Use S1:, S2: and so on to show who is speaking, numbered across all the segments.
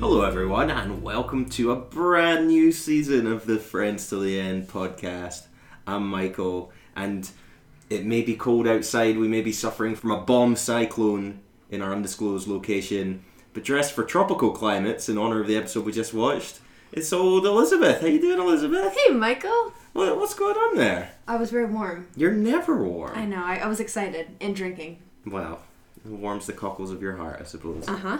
S1: Hello, everyone, and welcome to a brand new season of the Friends to the End podcast. I'm Michael, and it may be cold outside, we may be suffering from a bomb cyclone in our undisclosed location, but dressed for tropical climates in honor of the episode we just watched, it's old Elizabeth. How you doing, Elizabeth?
S2: Hey, Michael.
S1: What, what's going on there?
S2: I was very warm.
S1: You're never warm.
S2: I know. I, I was excited and drinking.
S1: Well, it warms the cockles of your heart, I suppose.
S2: Uh huh.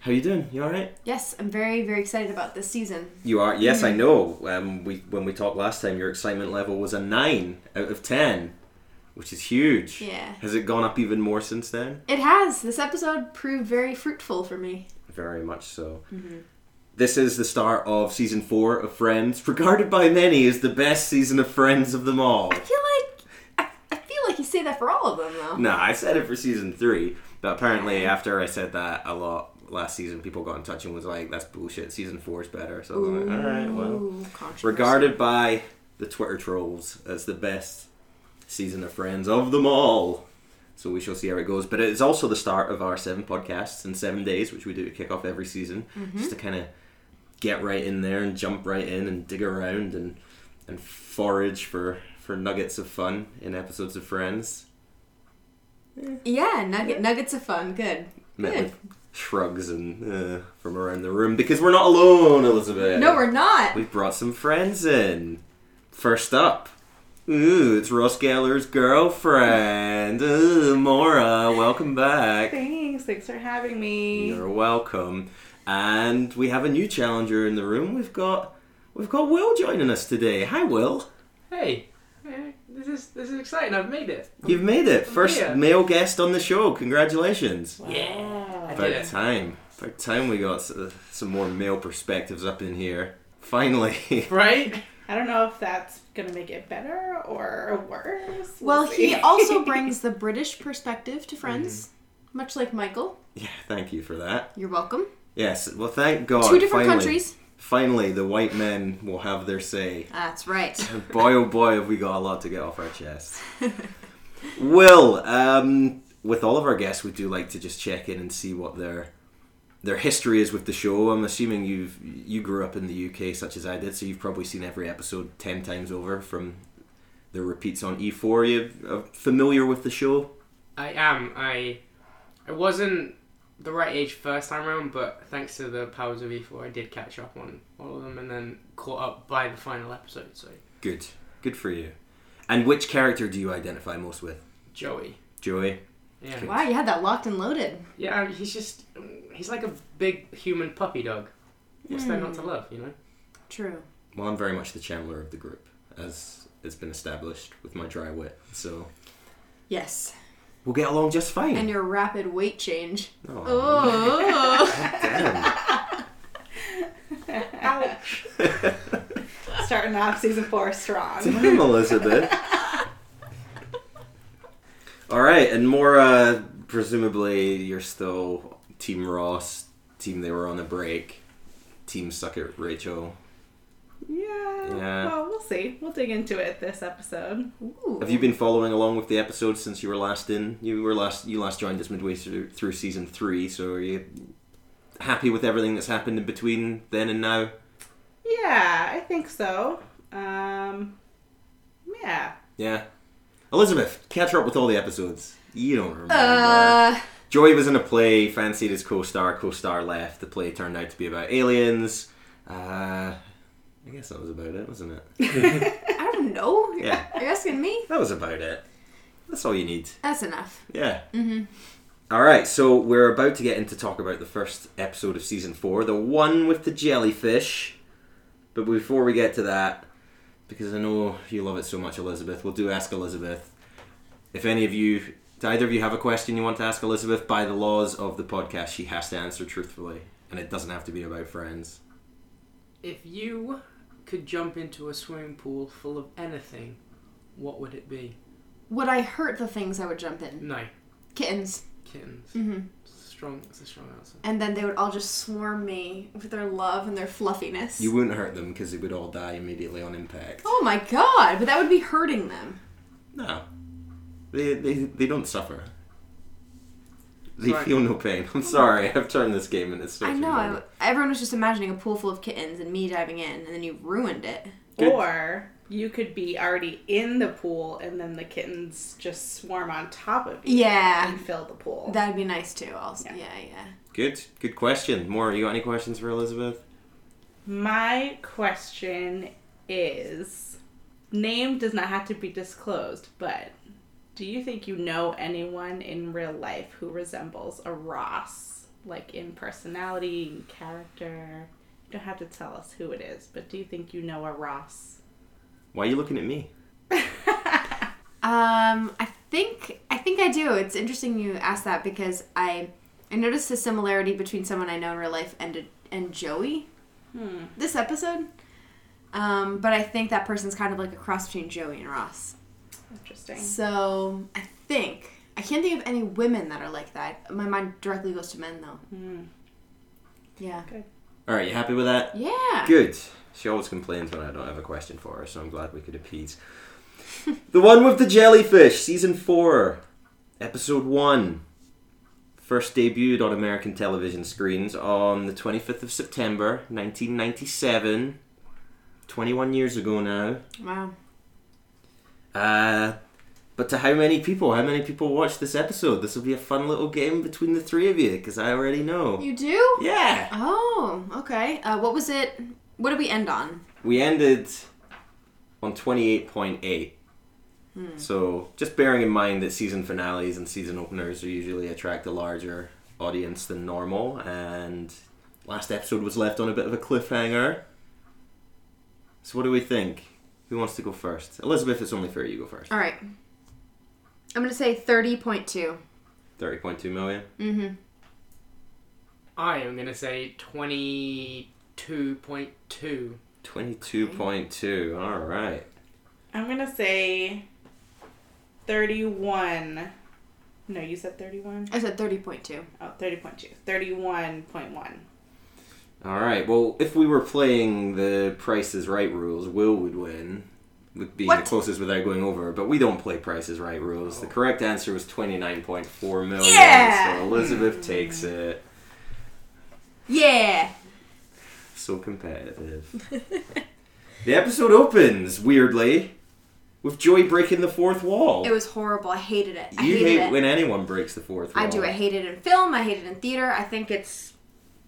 S1: How you doing? You all right?
S2: Yes, I'm very, very excited about this season.
S1: You are. Yes,
S2: Mm.
S1: I know. Um, we when we talked last time, your excitement level was a nine out of ten, which is huge.
S2: Yeah.
S1: Has it gone up even more since then?
S2: It has. This episode proved very fruitful for me.
S1: Very much so.
S2: Mm-hmm.
S1: This is the start of season four of Friends, regarded by many as the best season of Friends of them all.
S2: I feel like I, I feel like you say that for all of them, though.
S1: nah, I said it for season three, but apparently after I said that a lot last season, people got in touch and was like, "That's bullshit. Season four is better." So I was like, "All right, well."
S2: Ooh, controversy.
S1: regarded by the Twitter trolls as the best season of Friends of them all. So we shall see how it goes. But it's also the start of our seven podcasts in seven days, which we do to kick off every season,
S2: Mm-hmm.
S1: just to kind of get right in there and jump right in and dig around and and forage for for nuggets of fun in episodes of Friends,
S2: Yeah, nugget, nuggets of fun. Good.
S1: met
S2: Good.
S1: with shrugs and uh, from around the room because we're not alone, Elizabeth.
S2: No, we're not.
S1: We've brought some friends in. First up, ooh, it's Ross Geller's girlfriend. Ooh, Mora, welcome back.
S3: Thanks. Thanks for having me.
S1: You're welcome. And we have a new challenger in the room. We've got we've got Will joining us today. Hi, Will.
S4: Hey, eh, this is this is exciting. I've made it.
S1: You've made
S2: Oh,
S1: it. First
S4: Yeah.
S1: male guest on the show. Congratulations.
S4: Yeah, I did
S1: About
S4: it.
S1: time. About time we got s- uh, some more male perspectives up in here. Finally.
S4: Right?
S3: I don't know if that's gonna make it better or worse.
S2: Well, he
S3: see.
S2: also brings the British perspective to friends, much like Michael.
S1: yeah, thank you for that.
S2: You're welcome.
S1: Yes. Well, thank God.
S2: Two different
S1: Oh, finally.
S2: countries.
S1: Finally, the white men will have their say.
S2: That's right.
S1: And boy, oh boy, have we got a lot to get off our chest. Will, um, with all of our guests, we do like to just check in and see what their their history is with the show. I'm assuming you've you grew up in the UK, such as I did, so you've probably seen every episode ten times over from the repeats on E4. You uh, familiar with the show?
S4: I am. I I wasn't the right age first time around, but thanks to the powers of E4, I did catch up on all of them and then caught up by the final episode. So
S1: Good, good for you. And which character do you identify most with,
S4: Joey,
S1: Joey?
S4: yeah,
S2: Wow, you had that locked and loaded.
S4: yeah, and he's just he's like a big human puppy dog. What's there not to love? You know?
S2: True.
S1: Well, I'm very much the channeler of the group, as has been established with my dry wit. So
S2: Yes.
S1: we'll get along just fine.
S2: And your rapid weight change.
S1: oh,
S2: Oh.
S1: damn.
S3: starting off season four strong.
S1: damn, Elizabeth. All right, and Mora, presumably you're still Team Ross, Team they were on a break, Team Suck It Rachel.
S3: Yeah.
S1: Yeah.
S3: Well, we'll see. We'll dig into it this episode.
S2: Ooh.
S1: Have you been following along with the episodes since you were last in? You were last you last joined us midway through, through season three, so are you happy with everything that's happened in between then and now?
S3: Yeah, I think so. Um, yeah.
S1: Yeah. Elizabeth, catch her up with all the episodes. You don't remember.
S2: Uh,
S1: Joey was in a play, fancied his co-star, co-star left. The play turned out to be about aliens. Uh, I guess that was about it, wasn't it?
S2: I don't know. You're,
S1: Yeah.
S2: you're asking me?
S1: that was about it. That's all you need.
S2: That's enough.
S1: Yeah. Mm-hmm. right, so we're about to get into talk about the first episode of season four, the one with the jellyfish. But before we get to that, because I know you love it so much, Elizabeth, we'll do ask Elizabeth. If any of you, do either of you have a question you want to ask Elizabeth, by the laws of the podcast, she has to answer truthfully, and it doesn't have to be about friends.
S4: If you could jump into a swimming pool full of anything, what would it be?
S2: Would I hurt the things I would jump in?
S4: No, Hmm.
S2: Kittens.
S4: kittens.
S2: Mhm.
S4: It's a strong. It's a strong answer.
S2: And then they would all just swarm me with their love and their fluffiness.
S1: You wouldn't hurt them because they would all die immediately on impact.
S2: oh my god, but that would be hurting them.
S1: No, they they they don't suffer. They
S4: Right.
S1: feel no pain. I'm sorry, I've turned this game into such
S2: I
S1: a
S2: know. I,
S1: moment.
S2: everyone was just imagining a pool full of kittens and me diving in, and then you ruined it.
S1: Good.
S3: Or you could be already in the pool and then the kittens just swarm on top of you
S2: Yeah,
S3: and fill the pool.
S2: that'd be nice too. Also,
S3: Yeah.
S2: yeah, yeah.
S1: Good, good question. More, you got any questions for Elizabeth?
S3: My question is name does not have to be disclosed, but do you think you know anyone in real life who resembles a Ross? Like in personality and character? You don't have to tell us who it is, but do you think you know a Ross?
S1: Why are you looking at me?
S2: Um, I think I think I do. It's interesting you asked that because I I noticed a similarity between someone I know in real life and and Joey
S3: Hmm.
S2: this episode. Um, but I think that person's kind of like a cross between Joey and Ross.
S3: Interesting.
S2: So I think I can't think of any women that are like that. My mind directly goes to men though.
S3: Hmm.
S2: Yeah.
S1: All right, you happy with that?
S2: Yeah.
S1: Good. She always complains when I don't have a question for her, so I'm glad we could appease. the one with the jellyfish, season four, episode one. First debuted on American television screens on the 25th of September, 1997. 21 years ago now.
S2: Wow.
S1: Uh, but to how many people? How many people watched this episode? This will be a fun little game between the three of you, because I already know.
S2: You do?
S1: Yeah!
S2: Oh, okay. Uh, what was it? What did we end on?
S1: we ended on 28.8 so just bearing in mind that season finales and season openers are usually attract a larger audience than normal and last episode was left on a bit of a cliffhanger so what do we think who wants to go first elizabeth it's only fair you go first
S2: All right. I'm gonna say thirty point two.
S1: 30.2 million
S2: Mm-hmm.
S4: I am gonna say twenty-two point two.
S1: 22.2 all right
S3: I'm gonna say 31. No, you said 31?
S2: I said thirty point two.
S3: Oh, 30.2. 31.1.
S1: All right. Well, if we were playing the Price is Right rules, Will would win, with being the
S2: What?
S1: closest without going over. But we don't play Price is Right rules.
S4: Oh.
S1: The correct answer was twenty nine point four million.
S2: Yeah!
S1: So Elizabeth takes it.
S2: Yeah.
S1: So competitive. the episode opens weirdly with Joy breaking the fourth wall.
S2: It was horrible. I hated it. I
S1: you
S2: hated
S1: hate
S2: it.
S1: when anyone breaks the fourth wall.
S2: I do. I hate it in film. I hate it in theater. I think it's,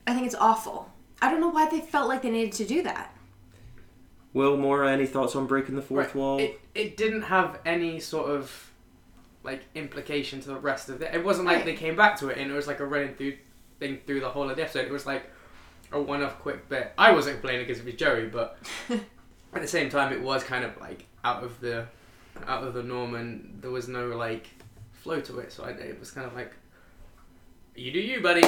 S2: I think it's awful. I don't know why they felt like they needed to do that.
S1: Will Mora, any thoughts on breaking the fourth
S4: Right.
S1: wall?
S4: It, it didn't have any sort of like implication to the rest of it. It wasn't like
S2: Right.
S4: they came back to it and it was like a running through thing through the whole of the episode. It was like a one-off quick bit. I wasn't complaining because it was Joey, but at the same time, it was kind of like out of the out of the norm and there was no like flow to it. So I, it was kind of like you do you, buddy.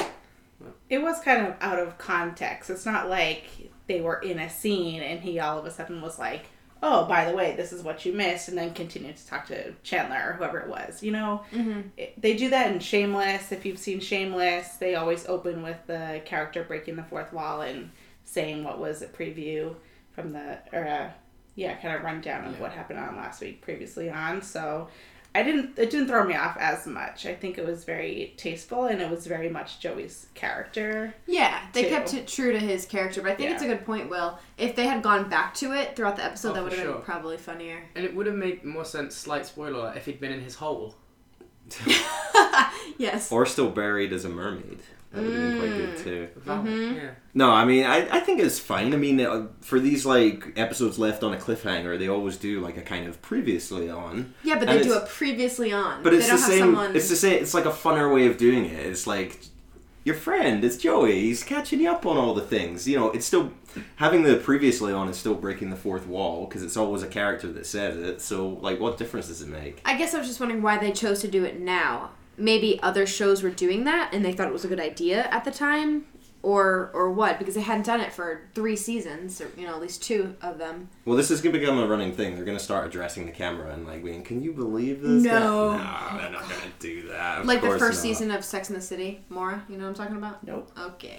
S3: It was kind of out of context. It's not like they were in a scene and he all of a sudden was like, oh, by the way, this is what you missed, and then continued to talk to Chandler or whoever it was. You know,
S2: Mm-hmm.
S3: it, they do that in Shameless. If you've seen Shameless, they always open with the character breaking the fourth wall and saying what was a preview from the, or a, yeah, kind of rundown of
S4: Yeah.
S3: what happened on last week previously on. So, I didn't. It didn't throw me off as much. I think it was very tasteful, and it was very much Joey's character.
S2: Yeah, they
S3: too.
S2: kept it true to his character, but I think
S3: Yeah.
S2: it's a good point, Will. If they had gone back to it throughout the episode,
S4: Oh,
S2: that
S4: for
S2: would have
S4: sure.
S2: been probably funnier.
S4: And it would have made more sense, slight spoiler, alert, if he'd been in his hole.
S2: Yes.
S1: or still buried as a mermaid. That would have been quite good
S2: Mm.
S1: too.
S4: Valid, Yeah.
S1: No, I mean, I, I think it's fine. I mean, uh, for these, like, episodes left on a cliffhanger, they always do, like, a kind of previously on.
S2: Yeah, but
S1: And
S2: they do a
S1: it's-
S2: previously on.
S1: But it's
S2: they don't
S1: the
S2: have
S1: same,
S2: someone.
S1: it's the same, it's like a funner way of doing it. It's like, your friend, it's Joey, he's catching you up on all the things. You know, it's still, having the previously on is still breaking the fourth wall, because it's always a character that says it, so, like, what difference does it make?
S2: I guess I was just wondering why they chose to do it now. Maybe other shows were doing that, and they thought it was a good idea at the time, or or what? Because they hadn't done it for three seasons, or you know, at least two of them.
S1: Well, this is going to become a running thing. They're going to start addressing the camera and, like, being, can you believe this?
S2: No.
S1: No, they're not going to do that. Of
S2: like the
S1: course
S2: first
S1: not.
S2: season of Sex in the City, Mora. You know what I'm talking about?
S3: Nope.
S2: Okay.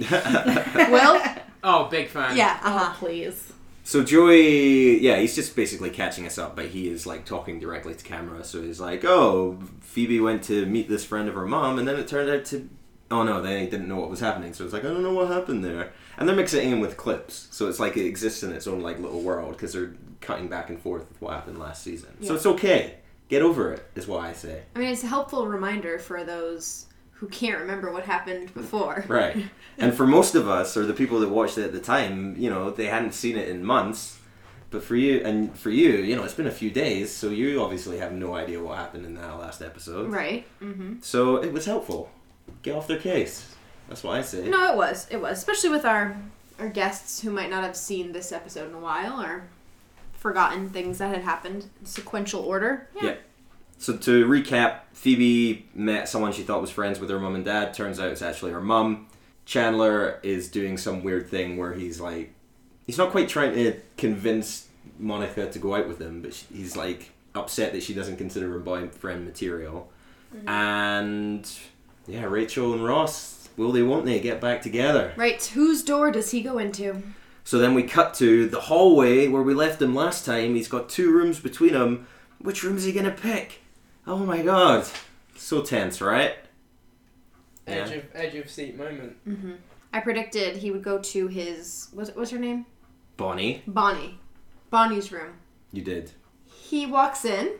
S2: Will?
S4: Oh, big fan.
S2: Yeah. Uh
S3: Oh,
S2: huh.
S3: please.
S1: So Joey, yeah, he's just basically catching us up, but he is like talking directly to camera. So he's like, "Oh, Phoebe went to meet this friend of her mom, and then it turned out to, oh no, they didn't know what was happening." So it's like, "I don't know what happened there," and they're mixing it in with clips, so it's like it exists in its own like little world because they're cutting back and forth with what happened last season. So
S2: Yeah.
S1: it's okay. Get over it is what I say.
S2: I mean, it's a helpful reminder for those who can't remember what happened before.
S1: Right. and for most of us, or the people that watched it at the time, you know, they hadn't seen it in months. But for you, and for you, you know, it's been a few days, so you obviously have no idea what happened in that last episode.
S2: Right. Mm-hmm.
S1: So it was helpful. Get off their case. That's what I say.
S2: No, it was. It was, especially with our our guests who might not have seen this episode in a while or forgotten things that had happened in sequential order.
S1: So to recap, Phoebe met someone she thought was friends with her mum and dad. Turns out it's actually her mum. Chandler is doing some weird thing where he's like, he's not quite trying to convince Monica to go out with him, but sh he's like upset that she doesn't consider him boyfriend material. And yeah, Rachel and Ross, will they, won't they, get back together?
S2: Right. Whose door does he go into?
S1: So then we cut to the hallway where we left him last time. He's got two rooms between them. Which room's he gonna pick? Oh my god. So tense, right?
S4: Edge
S1: Yeah.
S4: of edge of seat moment.
S2: I predicted he would go to his what was her name?
S1: Bonnie,
S2: Bonnie. Bonnie's room.
S1: you did.
S2: He walks in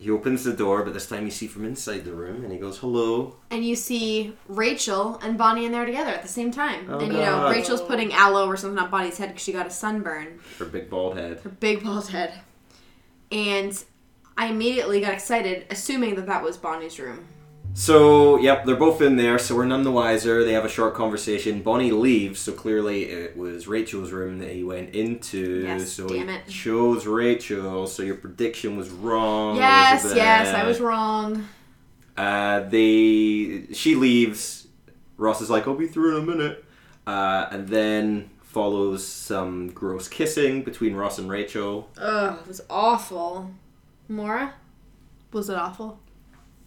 S1: He opens the door, but this time you see from inside the room and he goes, Hello.
S2: and you see Rachel and Bonnie in there together at the same time.
S1: Oh,
S2: and you know,
S1: God.
S2: Rachel's putting aloe or something on Bonnie's head because she got a sunburn.
S1: Her big bald head.
S2: her big bald head. And I immediately got excited, assuming that that was Bonnie's room.
S1: So, yep, they're both in there, so we're none the wiser. They have a short conversation. Bonnie leaves, so clearly it was Rachel's room that he went into.
S2: Yes,
S1: so
S2: damn
S1: he
S2: it.
S1: chose Rachel, so your prediction was wrong.
S2: yes,
S1: Elizabeth.
S2: yes, I was wrong.
S1: Uh, they she leaves. Ross is like, "I'll be through in a minute," uh, and then follows some gross kissing between Ross and Rachel.
S2: Ugh, it was awful. Mora, was it awful?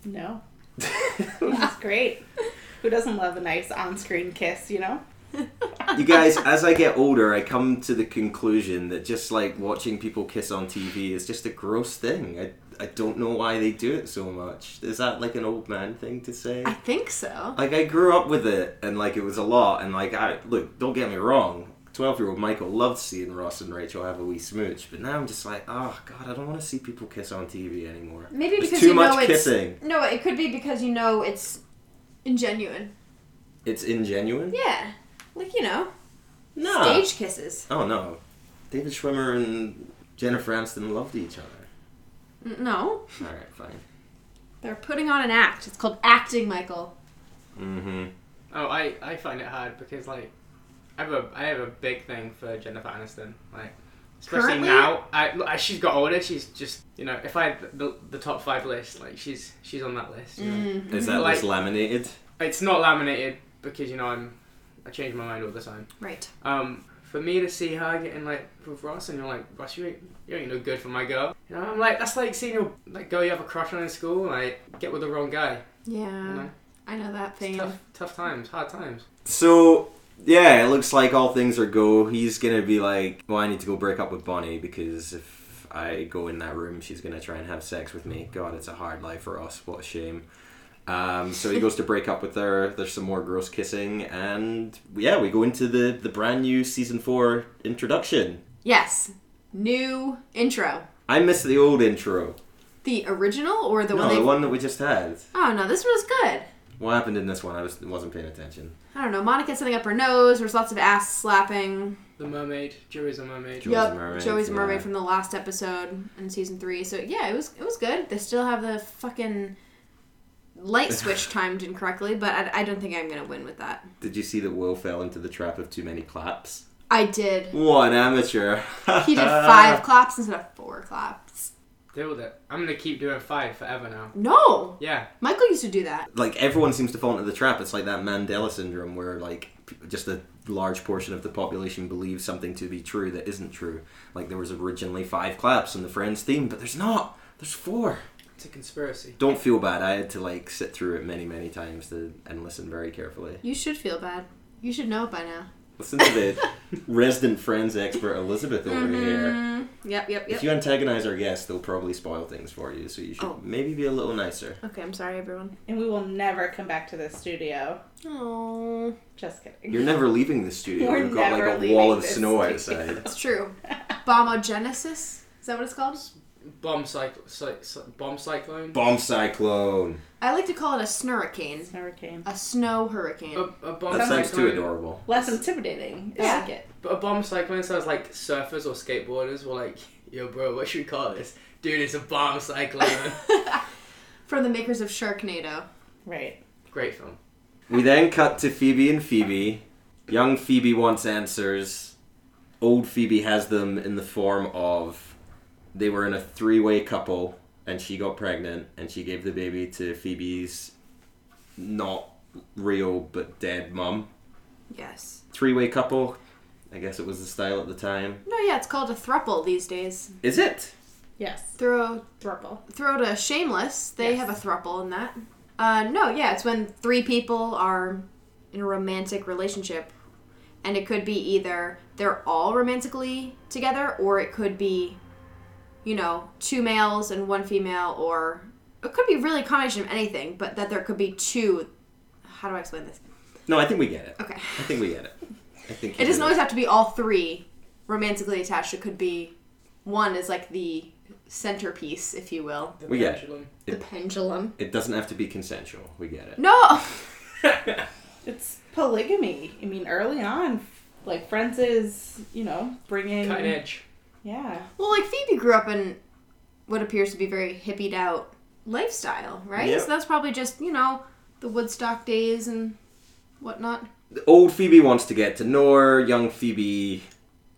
S3: No, it's great. Who doesn't love a nice on-screen kiss? You know.
S1: you guys, as I get older, I come to the conclusion that just like watching people kiss on TV is just a gross thing. I I don't know why they do it so much. Is that like an old man thing to say?
S2: I think so.
S1: like I grew up with it, and like it was a lot, and like I look, don't get me wrong, twelve year old Michael loved seeing Ross and Rachel have a wee smooch, but now I'm just like, oh god, I don't want to see people kiss on TV anymore.
S2: Maybe
S1: There's
S2: because
S1: too
S2: you
S1: much
S2: know it's
S1: kissing.
S2: no, it could be because you know it's ingenuine.
S1: It's ingenuine.
S2: Yeah, like you know,
S1: No.
S2: stage kisses.
S1: Oh no, David Schwimmer and Jennifer Aniston loved each other.
S2: N- No,
S1: All right, fine.
S2: they're putting on an act. It's called acting, Michael.
S1: Mm-hmm.
S4: Oh, I, I find it hard because like I have a I have a big thing for Jennifer Aniston. Like especially
S2: Currently?
S4: now, I look, as she's got older, she's just you know if I had the, the top five list, like she's she's on that list.
S3: Mm.
S4: You know?
S1: Is that
S4: Like-
S1: list laminated?
S4: It's not laminated because you know I'm I change my mind all the time.
S2: Right.
S4: Um, for me to see her getting like with Ross, and you're like Ross, you ain't you ain't no good for my girl. You know, I'm like that's like seeing your like girl you have a crush on in school, like get with the wrong guy.
S2: Yeah,
S4: You know,
S2: I know that
S4: It's
S2: thing.
S4: tough tough times, hard times.
S1: So yeah, it looks like all things are go. He's gonna be like, "Well, I need to go break up with Bonnie because if I go in that room, she's gonna try and have sex with me." God, it's a hard life for us. What a shame. Um, so he goes to break up with her. There's some more gross kissing, and yeah, we go into the the brand new season four introduction.
S2: Yes. New intro.
S1: I miss the old intro.
S2: The original or the
S1: no,
S2: one they
S1: the one that we just had.
S2: Oh no, this was good.
S1: What happened in this one? I was wasn't paying attention.
S2: I don't know. Monica setting up her nose. There's lots of ass slapping.
S4: The mermaid, Joey's a mermaid.
S1: Joey's a
S2: Yup,
S1: mermaid,
S2: Joey's a mermaid
S1: yeah.
S2: from the last episode in season three. So yeah, it was it was good. They still have the fucking light switch timed incorrectly, but I, I don't think I'm gonna win with that.
S1: Did you see that Will fell into the trap of too many claps?
S2: I did.
S1: What an amateur!
S2: He did
S1: Uh.
S2: five claps instead of four claps.
S4: Deal with it. I'm gonna keep doing five forever now.
S2: No,
S4: Yeah.
S2: Michael used to do that.
S1: like everyone seems to fall into the trap. It's like that Mandela syndrome where like p- just a large portion of the population believes something to be true that isn't true. Like there was originally five claps in the Friends theme, but there's not. There's four.
S4: It's a conspiracy.
S1: Don't feel bad. I had to like sit through it many, many times to, and listen very carefully.
S2: You should feel bad. You should know it by now.
S1: Listen to the resident friends expert Elizabeth over
S3: Mm-hmm.
S1: here.
S2: Mhm. Yep, yep,
S1: If
S2: yep.
S1: you antagonize our guests, they'll probably spoil things for you. So you should
S2: Oh.
S1: maybe be a little nicer.
S2: Okay, I'm sorry, everyone.
S3: And we will never come back to this studio.
S2: Oh,
S3: Just kidding.
S1: You're never leaving the studio.
S3: We're
S1: We've got
S3: never
S1: like a wall
S3: leaving
S1: of
S3: this
S1: snow
S3: studio.
S1: outside.
S2: it's true. Bombogenesis? Is that what it's called?
S4: Bomb cycle, cy- cy- bomb cyclone.
S1: Bomb cyclone.
S2: I like to call it a snurricane.
S3: It's never came.
S2: A snow hurricane.
S4: A, a bomb
S1: That sounds too
S4: cyclone.
S1: adorable.
S3: Less intimidating. I
S2: Yeah.
S3: like it.
S4: But a bomb cyclone sounds like surfers or skateboarders were like, "Yo, bro, what should we call this? Dude, it's a bomb cyclone."
S2: From the makers of Sharknado.
S3: Right.
S4: Great film.
S1: We then cut to Phoebe and Phoebe. Young Phoebe wants answers. Old Phoebe has them in the form of they were in a three way couple and she got pregnant and she gave the baby to Phoebe's not real but dead mum.
S2: Yes.
S1: Three way couple. I guess it was the style at the time.
S2: No, yeah, it's called a thruple these days.
S1: Is it?
S3: Yes.
S2: Throw
S3: Thruple.
S2: throw to Shameless. They
S3: Yes.
S2: have a thruple in that. Uh, no, yeah, it's when three people are in a romantic relationship, and it could be either they're all romantically together, or it could be, you know, two males and one female, or it could be really a combination of anything. But that there could be two. How do I explain this?
S1: No, I think we get it.
S2: Okay,
S1: I think we get it. I think
S2: it
S1: you
S2: doesn't
S1: get
S2: always have to be all three romantically attached. It could be one is like the centerpiece, if you will,
S4: The
S1: We get it.
S4: pendulum.
S2: the pendulum.
S1: It doesn't have to be consensual. We get it.
S2: No.
S3: It's polygamy. I mean, early on, like Friends is, you know, bringing.
S4: Cutting edge.
S3: Yeah.
S2: Well, like Phoebe grew up in what appears to be very hippied out lifestyle, right?
S1: Yep.
S2: So that's probably just you know the Woodstock days and whatnot.
S1: old Phoebe wants to get to know her. Young Phoebe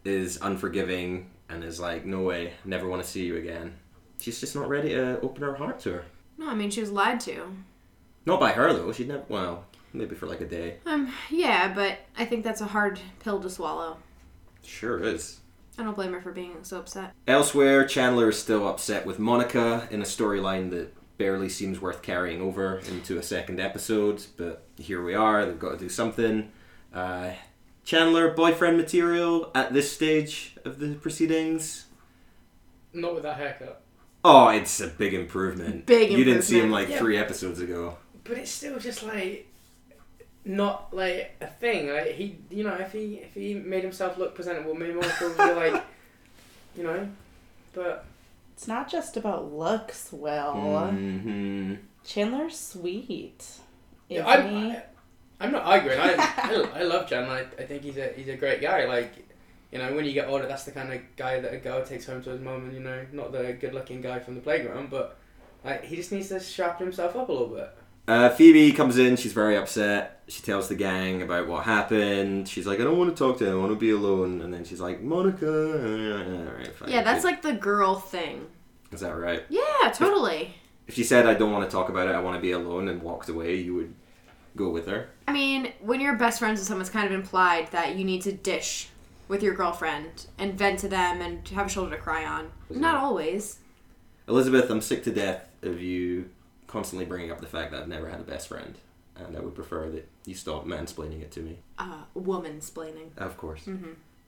S1: is unforgiving and is like, no way, never want to see you again. She's just not ready to open her heart to her.
S2: No, I mean she was lied to.
S1: Not by her though. She never. Well, maybe for like a day.
S2: Um, yeah, but I think that's a hard pill to swallow.
S1: Sure is.
S2: I don't blame her for being so upset.
S1: Elsewhere, Chandler is still upset with Monica in a storyline that barely seems worth carrying over into a second episode, but here we are, they've got to do something. Uh, Chandler, boyfriend material at this stage of the proceedings?
S4: Not with that haircut.
S1: Oh, it's a big improvement.
S2: Big
S1: You didn't see him
S2: improvement.
S1: like
S4: Yeah.
S1: three episodes ago.
S4: But it's still just like not like a thing. Like he, you know, if he if he made himself look presentable, maybe more people would be like, you know, but
S3: It's not just about looks, Will.
S1: hmm
S3: Chandler's sweet.
S4: Yeah,
S3: isn't he?
S4: I'm, I, I'm not arguing. I, I, I love Chandler. I, I think he's a he's a great guy. Like, you know, when you get older, that's the kind of guy that a girl takes home to his mum, and you know, not the good-looking guy from the playground, but like he just needs to sharpen himself up a little bit.
S1: Uh, Phoebe comes in, she's very upset. She tells the gang about what happened. She's like, I don't want to talk to him, I want to be alone. And then she's like, Monica. uh, all right, fine.
S2: Yeah, that's like the girl thing.
S1: Is that right?
S2: Yeah, totally.
S1: If she said, I don't want to talk about it, I want to be alone, and walked away, you would go with her.
S2: I mean, when you're best friends with someone, it's kind of implied that you need to dish with your girlfriend and vent to them and have a shoulder to cry on. Not always.
S1: Elizabeth, I'm sick to death of you constantly bringing up the fact that I've never had a best friend. And I would prefer that you stop mansplaining it to me.
S2: Uh, woman splaining.
S1: Of course.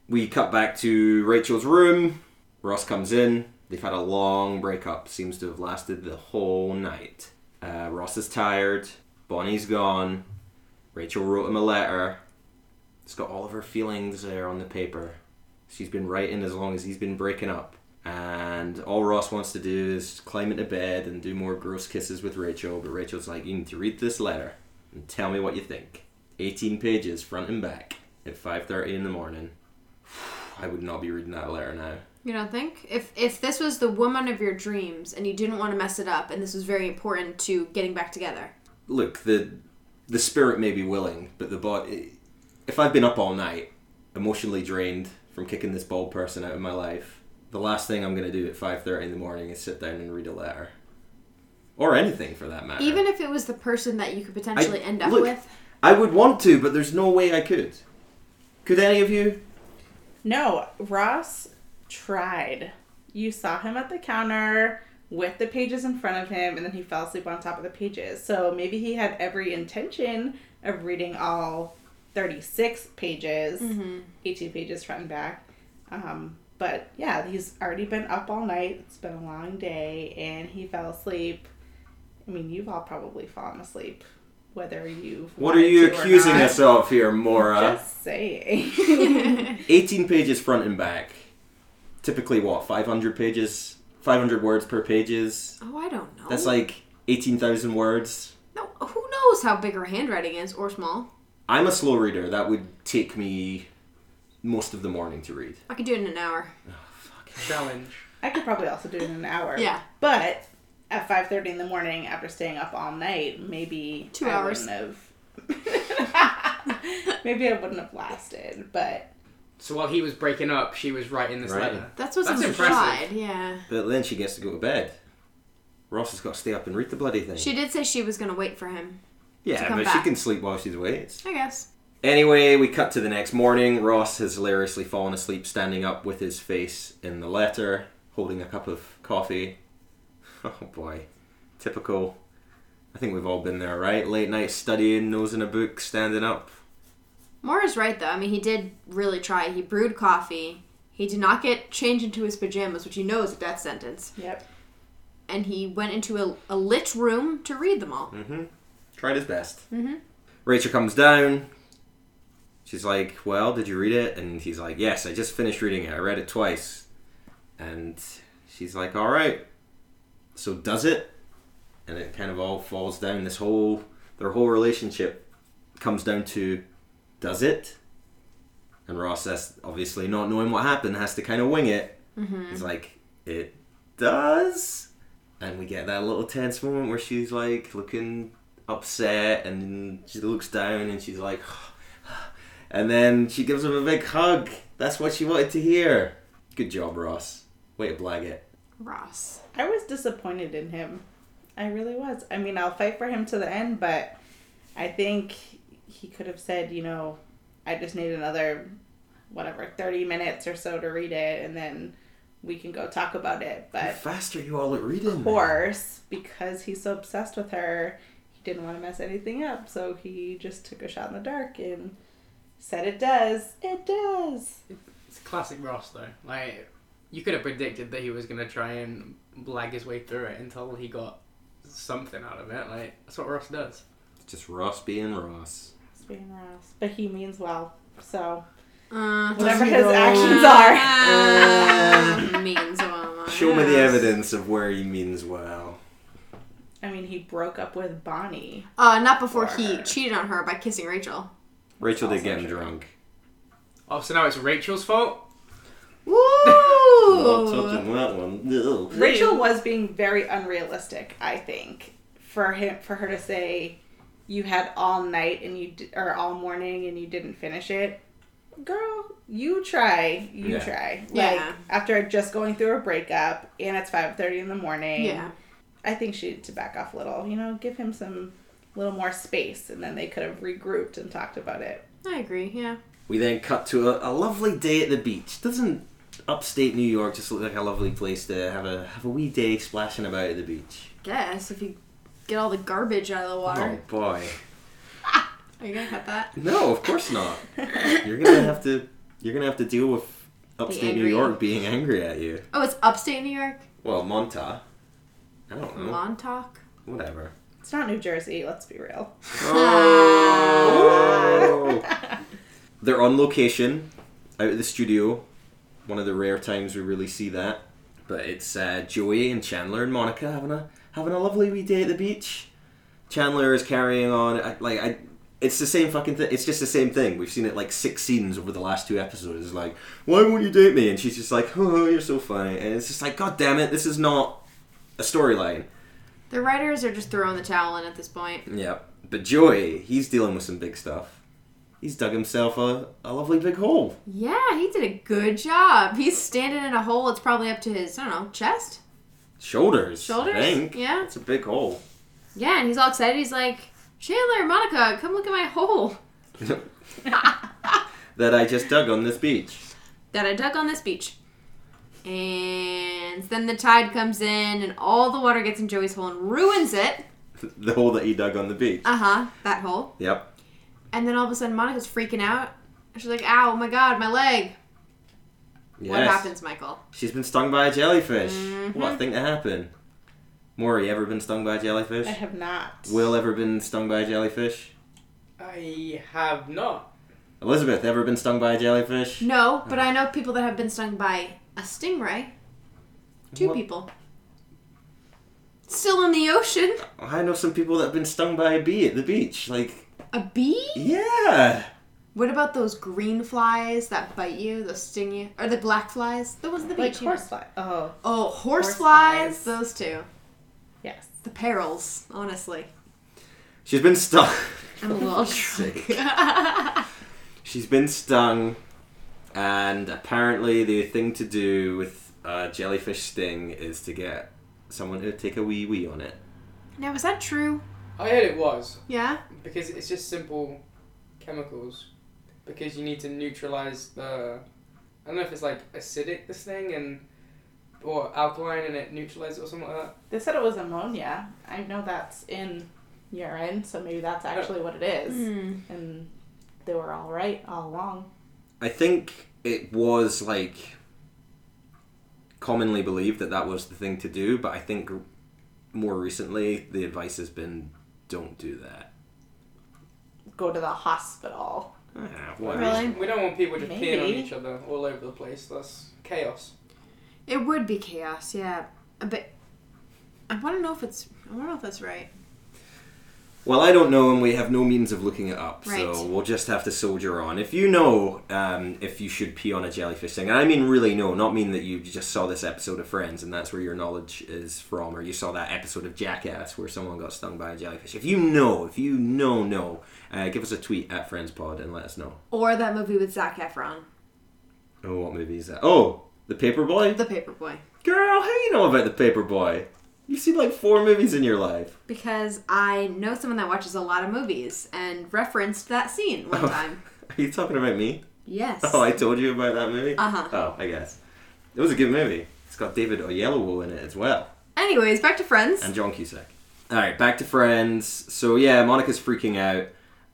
S1: We cut back to Rachel's room. Ross comes in. They've had a long breakup, seems to have lasted the whole night. Uh, Ross is tired. Bonnie's gone. Rachel wrote him a letter. It's got all of her feelings there on the paper. She's been writing as long as he's been breaking up. And all Ross wants to do is climb into bed and do more gross kisses with Rachel. But Rachel's like, You need to read this letter and tell me what you think. 18 pages front and back at 5.30 in the morning i would not be reading that letter now
S2: You don't think? If if this was the woman of your dreams and you didn't want to mess it up and this was very important to getting back together.
S1: look the the spirit may be willing but the body if i've been up all night emotionally drained from kicking this bald person out of my life the last thing i'm going to do at 5.30 in the morning is sit down and read a letter or anything for that matter
S2: Even if it was the person that you could potentially end up
S1: Uh, look-
S2: with.
S1: i would want to but there's no way i could could any of you
S3: No, Ross tried. You saw him at the counter with the pages in front of him, and then he fell asleep on top of the pages. So maybe he had every intention of reading all 36 pages,
S2: Mm-hmm.
S3: 18 pages front and back. Um, but yeah, he's already been up all night. It's been a long day, and he fell asleep. I mean, you've all probably fallen asleep, whether you.
S1: What are you accusing us
S3: us
S1: of here, Mora?
S3: Just saying.
S1: 18 pages front and back. Typically, what, 500 pages? 500 words per pages?
S2: Oh, I don't know.
S1: That's like 18,000 words.
S2: no, who knows how big her handwriting is or small?
S1: I'm a slow reader. That would take me most of the morning to read.
S2: I could do it in an hour.
S4: Challenge.
S3: I could probably also do it in an hour.
S2: Yeah.
S3: But at five thirty in the morning, after staying up all night, maybe
S2: Two
S3: I
S2: hours.
S3: Wouldn't have... maybe I wouldn't have lasted. But
S4: So while he was breaking up, she was writing this
S1: Right.
S4: letter.
S2: That's what's
S4: That's
S2: implied. Yeah.
S1: But then she gets to go to bed. Ross has got to stay up and read the bloody thing.
S2: She did say she was gonna wait for him.
S1: yeah,
S2: come
S1: but she
S2: back.
S1: can sleep while she's away. It's-
S2: I guess.
S1: Anyway, we cut to the next morning. Ross has hilariously fallen asleep standing up with his face in the letter, holding a cup of coffee. Oh boy. Typical. I think we've all been there, right? Late night studying, nose in a book, standing up.
S2: Mora's right though. I mean, he did really try. He brewed coffee. He did not get changed into his pajamas, which you know is a death sentence.
S3: yep.
S2: And he went into a, a lit room to read them all.
S1: Mm-hmm. Tried his best.
S2: Mm-hmm.
S1: Rachel comes down. She's like, Well, did you read it? And he's like, Yes, I just finished reading it. I read it twice. And she's like, All right. So does it? And it kind of all falls down. This whole, their whole relationship comes down to, Does it? And Ross, that's obviously not knowing what happened, has to kind of wing it.
S2: Mm-hmm.
S1: He's like, It does? And we get that little tense moment where she's like looking upset and she looks down and she's like and then she gives him a big hug that's what she wanted to hear good job ross way to blag it
S2: Ross.
S3: I was disappointed in him. I really was. I mean, I'll fight for him to the end, but I think he could have said, you know, I just need another whatever 30 minutes or so to read it and then we can go talk about it.
S1: How
S3: But
S1: fast are you all at reading
S3: of
S1: man?
S3: course, because he's so obsessed with her, he didn't want to mess anything up, so he just took a shot in the dark and said it does. It does.
S4: It's classic Ross though. Like you could have predicted that he was gonna try and blag his way through it until he got something out of it. Like that's what Ross does.
S1: just ross being ross
S3: It's being Ross, but he means well. So,
S2: Uh,
S3: whatever
S1: he
S3: his
S1: though?
S3: actions are.
S2: Uh, means well,
S1: show me the
S2: yes.
S1: evidence of where he means well
S3: I mean, he broke up with Bonnie.
S2: Uh, not before he
S3: Or-
S2: cheated on her by kissing Rachel.
S1: rachel did get him
S3: Also true.
S1: drunk
S4: Oh, so now it's Rachel's fault.
S2: Woo!
S1: Not touching that one no.
S3: Rachel was being very unrealistic, I think, for him for her to say you had all night and you d- or all morning and you didn't finish it. Girl, you try, you
S1: Yeah.
S3: try. Like
S2: Yeah.
S3: after just going through a breakup and it's 5:30 in the morning.
S2: yeah.
S3: I think she needed to back off a little, you know, give him some little more space and then they could have regrouped and talked about it.
S2: I agree, yeah.
S1: We then cut to a, a lovely day at the beach. Doesn't upstate New York just look like a lovely place to have a have a wee day splashing about at the beach?
S2: Guess if you get all the garbage out of the
S1: Oh
S2: water.
S1: boy.
S2: Are you gonna cut that?
S1: No, of course not. You're gonna have to you're gonna have to deal with upstate New
S2: angry.
S1: York being angry at you.
S2: Oh, it's upstate New York?
S1: Well, Monta. I don't know.
S2: Montauk?
S1: Whatever.
S3: It's not New Jersey, let's be real.
S1: Oh. They're on location out at the studio. One of the rare times we really see that. But it's uh, Joey and Chandler and Monica having a having a lovely wee day at the beach. Chandler is carrying on I- like I. It's the same fucking thing. It's just the same thing. We've seen it like six scenes over the last two episodes. It's Like, why won't you date me? And she's just like, oh, you're so funny. And it's just like, god damn it, this is not a storyline.
S2: The writers are just throwing the towel in at this point.
S1: Yeah, but Joey, he's dealing with some big stuff. He's dug himself a, a lovely big hole.
S2: Yeah, he did a good job. He's standing in a hole. It's probably up to his, I don't know, chest?
S1: Shoulders.
S2: Shoulders?
S1: I think.
S2: Yeah.
S1: It's a big hole.
S2: Yeah, and he's all excited. He's like, Chandler, Monica, come look at my hole
S1: that I just dug on this beach.
S2: that I dug on this beach. And then the tide comes in, and all the water gets in Joey's hole and ruins it.
S1: The hole that he dug on the beach.
S2: Uh huh, that hole.
S1: Yep.
S2: And then all of a sudden, Monica's freaking out. She's like, "Ow, oh my god, my leg!" What
S1: Yes.
S2: happens, Michael?
S1: She's been stung by a jellyfish.
S2: Mhm.
S1: What thing to happen? Maury, ever been stung by a jellyfish?
S3: I have not.
S1: Will ever been stung by a jellyfish?
S4: I have not.
S1: Elizabeth ever been stung by a jellyfish?
S2: No, but I know people that have been stung by a stingray. Two
S1: What?
S2: people. Still in the ocean.
S1: I know some people that have been stung by a bee at the beach. Like,
S2: A bee?
S1: yeah.
S2: What about those green flies that bite you, those sting you, or the black flies? The ones at the
S3: Like
S2: beach. you know.
S3: horsefly. Oh,
S2: Oh, horse,
S3: Horse
S2: flies.
S3: flies.
S2: Those two.
S3: yes.
S2: The perils, honestly.
S1: She's been stung.
S2: I'm a little
S1: Sick.
S2: drunk. yeah,
S1: She's been stung, and apparently the thing to do with a jellyfish sting is to get someone to take a wee wee on it.
S2: was that true?
S4: I heard it was
S2: Yeah.
S4: because it's just simple chemicals because you need to neutralize the. I don't know if it's like acidic this thing and or alkaline and it neutralizes or something like that.
S3: They said it was ammonia. I know that's in urine, so maybe that's actually what it is.
S2: Hmm.
S3: And they were all right all along.
S1: I think it was like commonly believed that that was the thing to do, but I think more recently the advice has been don't do that.
S3: Go to the hospital.
S1: Ah,
S2: Really?
S4: We don't want people just peeing on
S3: Maybe.
S4: each other all over the place. That's chaos.
S2: It would be chaos, yeah. But I want to know if it's. I want to know if that's right.
S1: Well, I don't know, and we have no means of looking it up, so
S2: Right.
S1: we'll just have to soldier on. If you know um, if you should pee on a jellyfish thing, and I mean really know, not mean that you just saw this episode of Friends and that's where your knowledge is from, or you saw that episode of Jackass where someone got stung by a jellyfish. If you know, if you know, know, uh, give us a tweet at FriendsPod and let us know.
S2: Or that movie with Zac Efron,
S1: Oh, what movie is that? Oh, The Paperboy?
S2: The Paperboy,
S1: Girl, how you know about The Paperboy? You've seen like four movies in your life.
S2: because I know someone that watches a lot of movies and referenced that scene one
S1: Oh.
S2: time.
S1: Are you talking about me?
S2: Yes.
S1: Oh, I told you about that movie?
S2: Uh huh.
S1: Oh, I guess. It was a good movie. It's got David Oyelowo in it as well,
S2: Anyways, back to Friends.
S1: and John Cusack. All right, back to Friends. So yeah, Monica's freaking out,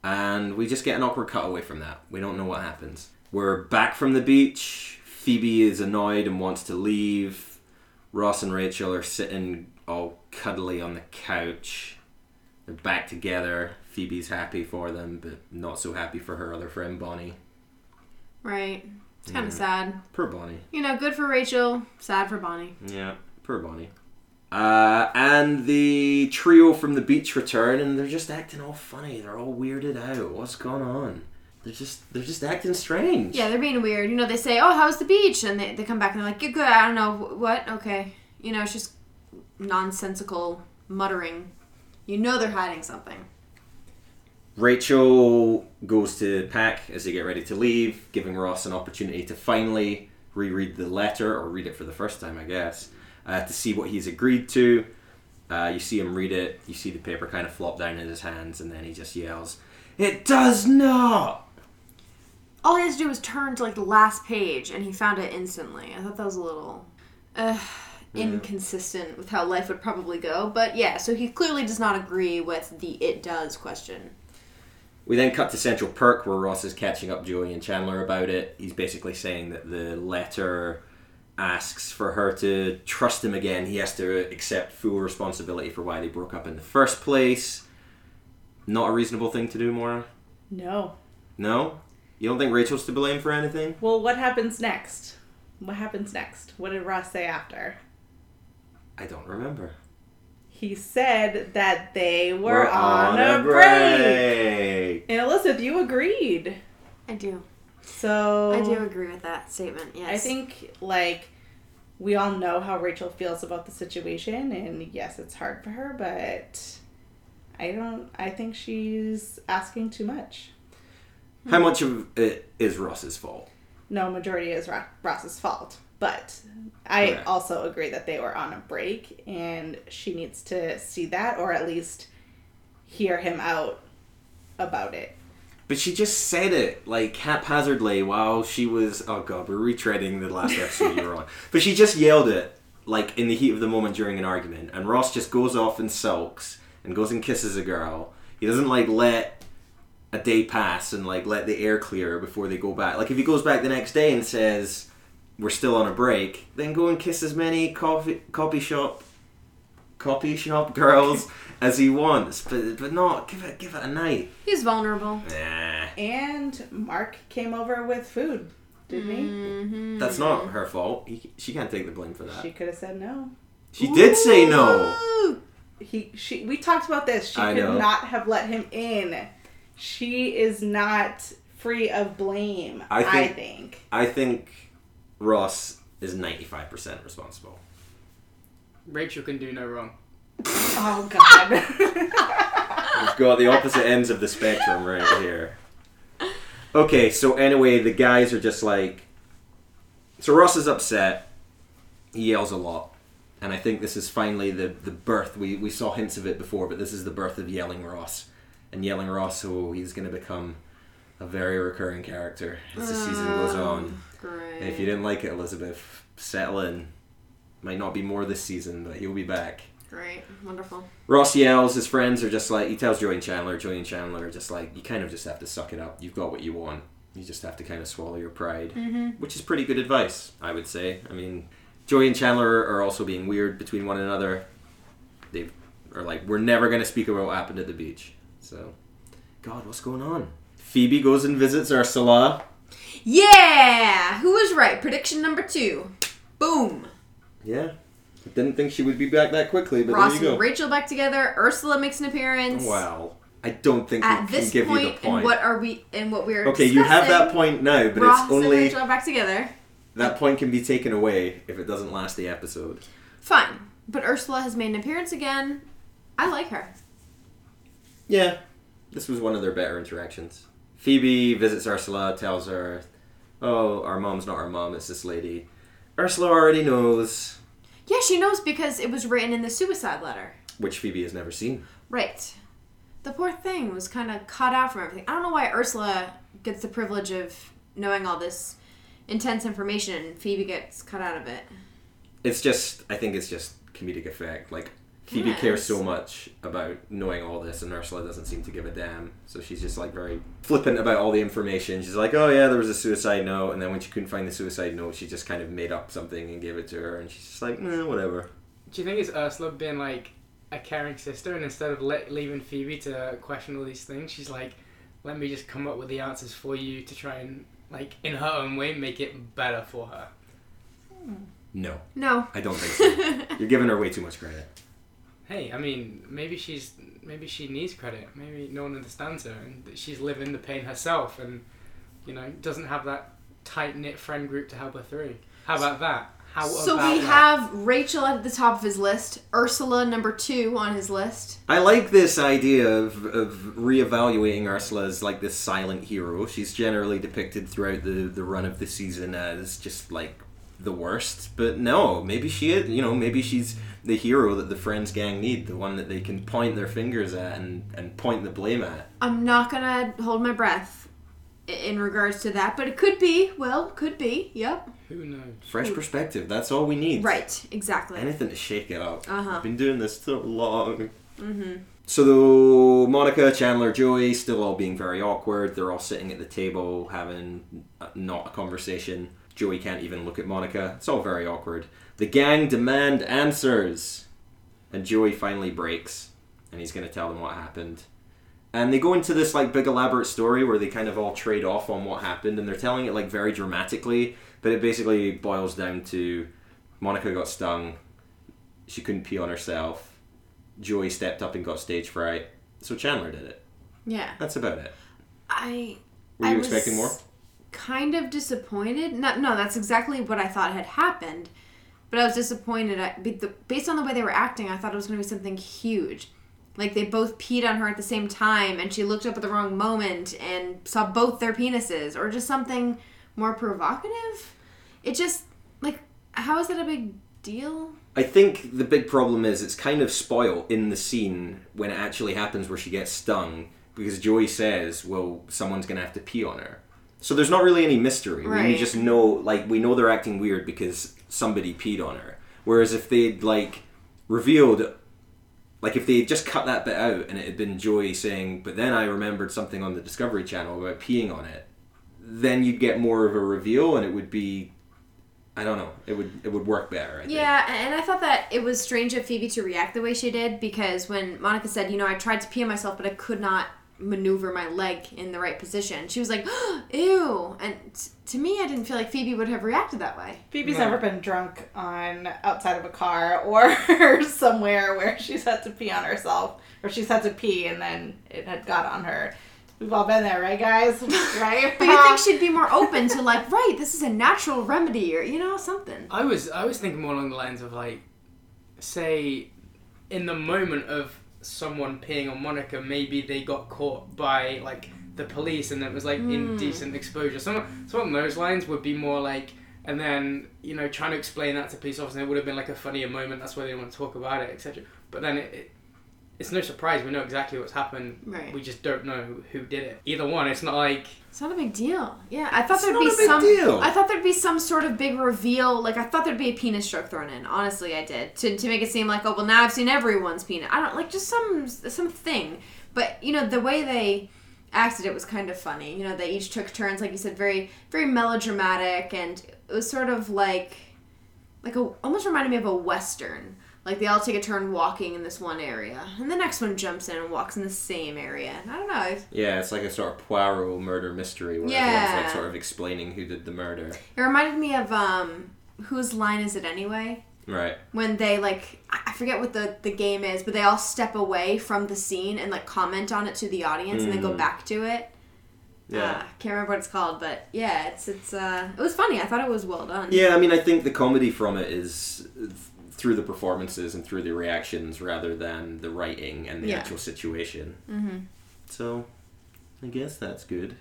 S1: and we just get an awkward cutaway from that. We don't know what happens. We're back from the beach. Phoebe is annoyed and wants to leave. Ross and Rachel are sitting all cuddly on the couch. They're back together. Phoebe's happy for them, but not so happy for her other friend Bonnie.
S2: right. It's kind of sad.
S1: Poor Bonnie.
S2: You know, good for Rachel, sad for Bonnie.
S1: Yeah, poor Bonnie. Uh, and the trio from the beach return, and they're just acting all funny. They're all weirded out. What's going on? They're just they're just acting strange.
S2: Yeah, they're being weird. You know, they say, "Oh, how's the beach?" and they, they come back and they're like, "You're good." I don't know wh- what. Okay, you know, it's just nonsensical muttering. You know, they're hiding something.
S1: Rachel goes to pack as they get ready to leave, giving Ross an opportunity to finally reread the letter or read it for the first time, I guess, uh, to see what he's agreed to. Uh, you see him read it. You see the paper kind of flop down in his hands, and then he just yells, "It does not."
S2: All he has to do was turn to like the last page, and he found it instantly. I thought that was a little uh, inconsistent with how life would probably go. But yeah, so he clearly does not agree with the "it does" question.
S1: We then cut to Central Perk where Ross is catching up Joey and Chandler about it. He's basically saying that the letter asks for her to trust him again. He has to accept full responsibility for why they broke up in the first place. Not a reasonable thing to do, Maura?
S3: No.
S1: No? You don't think Rachel's to blame for anything?
S3: Well, what happens next? What happens next? What did Ross say after?
S1: I don't remember.
S3: He said that they were, on, a break. And Elizabeth, you agreed.
S2: I do.
S3: So
S2: I do agree with that statement. Yes.
S3: Oh. I think like we all know how Rachel feels about the situation and yes, it's hard for her, but I don't I think she's asking too much.
S1: How much of it is Ross's fault?
S3: No, majority is Ro- Ross's fault, but I
S1: Correct.
S3: also agree that they were on a break and she needs to see that or at least hear him out about it.
S1: But she just said it like haphazardly while she was. Oh god, we're retreading the last episode you were on. But she just yelled it like in the heat of the moment during an argument, and Ross just goes off and sulks and goes and kisses a girl. He doesn't like let a day pass and like let the air clear before they go back. Like if he goes back the next day and says we're still on a break, then go and kiss as many coffee copy shop copy shop girls as he wants, but but not give it give it a night.
S2: He's vulnerable.
S1: Nah,
S3: And Mark came over with food, didn't
S2: Mm-hmm.
S1: that's not her fault. He, she can't take the blame for
S3: he? She
S1: that.
S3: could have said no.
S1: She did say no.
S3: He she we talked about this. She
S1: I
S3: could
S1: know.
S3: not have let him in. She is not free of blame,
S1: I
S3: I
S1: think-
S3: think.
S1: I think Ross is ninety five percent responsible.
S4: Rachel can do no wrong.
S3: Oh god.
S1: We've got the opposite ends of the spectrum right here. Okay, so anyway, the guys are just like. So Ross is upset. He yells a lot. And I think this is finally the, the birth. We, we saw hints of it before, but this is the birth of Yelling Ross. And Yelling Ross, oh, he's going to become a very recurring character as the season goes on.
S2: Great.
S1: And if you didn't like it, Elizabeth, settle in. Might not be more this season, but he'll be back.
S2: Great. Wonderful.
S1: Ross yells, his friends are just like, he tells Joey and Chandler, Joey and Chandler are just like, you kind of just have to suck it up. You've got what you want. You just have to kind of swallow your pride.
S2: Mhm.
S1: Which is pretty good advice, I would say. I mean, Joey and Chandler are also being weird between one another. They are like, we're never going to speak about what happened at the beach. So, God, what's going on? Phoebe goes and visits Ursula.
S2: Yeah. Who was right? Prediction number two. Boom.
S1: Yeah. Didn't think she would be back that quickly, but
S2: Ross
S1: there you go.
S2: and Rachel back together. Ursula makes an appearance.
S1: Wow. I don't think
S2: At
S1: we can
S2: this
S1: give you the
S2: point,
S1: point.
S2: and what are we? And what we are.
S1: okay, you have
S2: discussing,
S1: that point now, but
S2: Ross
S1: it's only.
S2: and Rachel are back together.
S1: That point can be taken away if it doesn't last the episode.
S2: Fine, but Ursula has made an appearance again. I like her.
S1: Yeah. This was one of their better interactions. Phoebe visits Ursula, tells her, Oh, our mom's not our mom, it's this lady. Ursula already knows,
S2: Yeah, she knows because it was written in the suicide letter.
S1: which Phoebe has never seen.
S2: Right. The poor thing was kind of cut out from everything. I don't know why Ursula gets the privilege of knowing all this intense information and Phoebe gets cut out of it.
S1: It's just, I think it's just comedic effect. Like, Phoebe
S2: Yes.
S1: cares so much about knowing all this, and Ursula doesn't seem to give a damn. So she's just like very flippant about all the information. She's like, "Oh yeah, there was a suicide note," and then when she couldn't find the suicide note, she just kind of made up something and gave it to her, and she's just like, "Nah, whatever."
S4: Do you think it's Ursula being like a caring sister, and instead of le- leaving Phoebe to question all these things, she's like, "Let me just come up with the answers for you to try and like in her own way make it better for her."
S1: No,
S2: No.
S1: I don't think so. You're giving her way too much credit.
S4: Hey, I mean, maybe she's maybe she needs credit. Maybe no one understands her, and that she's living the pain herself, and you know doesn't have that tight knit friend group to help her through. How about that? How
S2: so
S4: about
S2: we
S4: that?
S2: have Rachel at the top of his list, Ursula number two on his list.
S1: I like this idea of, of reevaluating Ursula as like this silent hero. She's generally depicted throughout the, the run of the season as just like the worst, but no, maybe she is. You know, maybe she's the hero that the Friends gang need, the one that they can point their fingers at and, and point the blame at.
S2: I'm not gonna hold my breath i- in regards to that, but it could be. Well, could be. Yep.
S4: Who knows?
S1: Fresh perspective. That's all we need.
S2: Right. Exactly.
S1: Anything to shake it up.
S2: Uh huh.
S1: I've been doing this so long.
S2: Mm-hmm.
S1: So though Monica, Chandler, Joey still all being very awkward. They're all sitting at the table having uh, not a conversation. Joey can't even look at Monica. It's all very awkward. The gang demand answers, and Joey finally breaks, and he's going to tell them what happened. And they go into this like big elaborate story where they kind of all trade off on what happened, and they're telling it like very dramatically, but it basically boils down to Monica got stung, she couldn't pee on herself, Joey stepped up and got stage fright. So Chandler did it.
S2: Yeah.
S1: That's about it.
S2: I.
S1: Were
S2: I
S1: you
S2: was
S1: expecting more?
S2: Kind of disappointed. No, no, that's exactly what I thought had happened. But I was disappointed. I, be- the- based on the way they were acting, I thought it was going to be something huge. Like they both peed on her at the same time, and she looked up at the wrong moment and saw both their penises, or just something more provocative. It just like how is that a big deal?
S1: I think the big problem is it's kind of spoiled in the scene when it actually happens where she gets stung because Joey says, well, someone's going to have to pee on her. So there's not really any mystery. We
S2: Right.
S1: just know, like, we know they're acting weird because somebody peed on her. Whereas if they'd, like, revealed, Like if they had just cut that bit out and it had been Joey saying, but then I remembered something on the Discovery Channel about peeing on it, then you'd get more of a reveal and it would be, I don't know, it would it would work better. I think.
S2: Yeah, a- and I thought that it was strange of Phoebe to react the way she did because when Monica said, you know, I tried to pee on myself, but I could not maneuver my leg in the right position, she was like, ew. And t- to me, I didn't feel like Phoebe would have reacted that way.
S3: Phoebe's
S4: No.
S3: never been drunk on outside of a car or somewhere where she's had to pee on herself or she's had to pee and then it had got on her. We've all been there, right, guys? right?
S2: But you think she'd be more open to, like, right, this is a natural remedy or, you know, something.
S4: I was I was thinking more along the lines of like, say, in the moment of someone peeing on Monica, maybe they got caught by like the police, and it was
S2: Hmm.
S4: like indecent exposure. Some some of those lines would be more like, and then you know trying to explain that to police officers, it would have been like a funnier moment. That's why they didn't want to talk about it, etc. But then it. it it's no surprise we know exactly what's happened.
S2: Right.
S4: We just don't know who did it. Either one. It's not like
S2: It's not a big deal. Yeah, I thought
S1: It's
S2: there'd
S1: not
S2: be
S1: a big
S2: some.
S1: deal.
S2: I thought there'd be some sort of big reveal. Like I thought there'd be a penis stroke thrown in. Honestly, I did to, to make it seem like oh well now I've seen everyone's penis. I don't like just some something. But you know the way they acted it was kind of funny. You know they each took turns, like you said, very very melodramatic, and it was sort of like like a almost reminded me of a western. Like they all take a turn walking in this one area, and the next one jumps in and walks in the same area. And I don't know. I
S1: Yeah, it's like a sort of Poirot murder mystery where everyone's like
S2: Yeah.
S1: sort of explaining who did the murder.
S2: It reminded me of um, whose line is it anyway?
S1: Right.
S2: When they like, I I forget what the the game is, but they all step away from the scene and like comment on it to the audience, and then go
S1: Mm.
S2: back to it.
S1: Yeah.
S2: uh, can't remember what it's called, but yeah, it's it's uh, it was funny. I thought it was well done.
S1: Yeah, I mean, I think the comedy from it is uh, th- through the performances and through the reactions rather than the writing and the
S2: Yeah.
S1: actual situation.
S2: Mm-hmm.
S1: So, I guess that's good.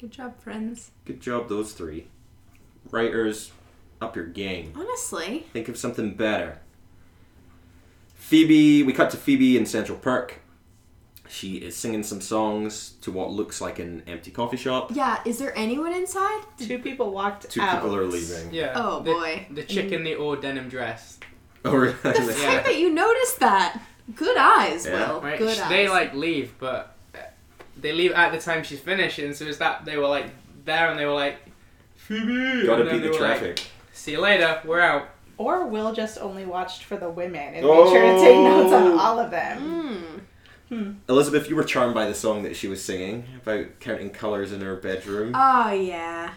S2: Good job, friends.
S1: Good job, those three. Writers, up your game.
S2: Honestly,
S1: Think of something better. Phoebe, we cut to Phoebe in Central Park. She is singing some songs to what looks like an empty coffee shop.
S2: yeah. Is there anyone inside?
S3: Two people walked
S1: Two
S3: out.
S1: people are leaving.
S4: yeah.
S2: Oh,
S4: the-
S2: boy.
S4: The chick in the all denim dress.
S1: Oh,
S2: The
S1: really?
S4: Yeah.
S2: fact that you noticed that. Good eyes,
S1: Yeah.
S2: Will.
S4: Right?
S2: Good
S4: sh-
S2: eyes.
S4: They like leave, but uh, they leave at the time she's finishing. So is that they were like there and they were like, Phoebe,
S1: Gotta
S4: and then
S1: beat the
S4: they were like,
S1: traffic.
S4: See you later. We're out.
S3: Or Will just only watched for the women and made sure to take
S1: Oh.
S3: notes on all of them.
S2: Mm.
S1: Elizabeth, you were charmed by the song that she was singing about counting colours in her bedroom.
S2: Oh yeah,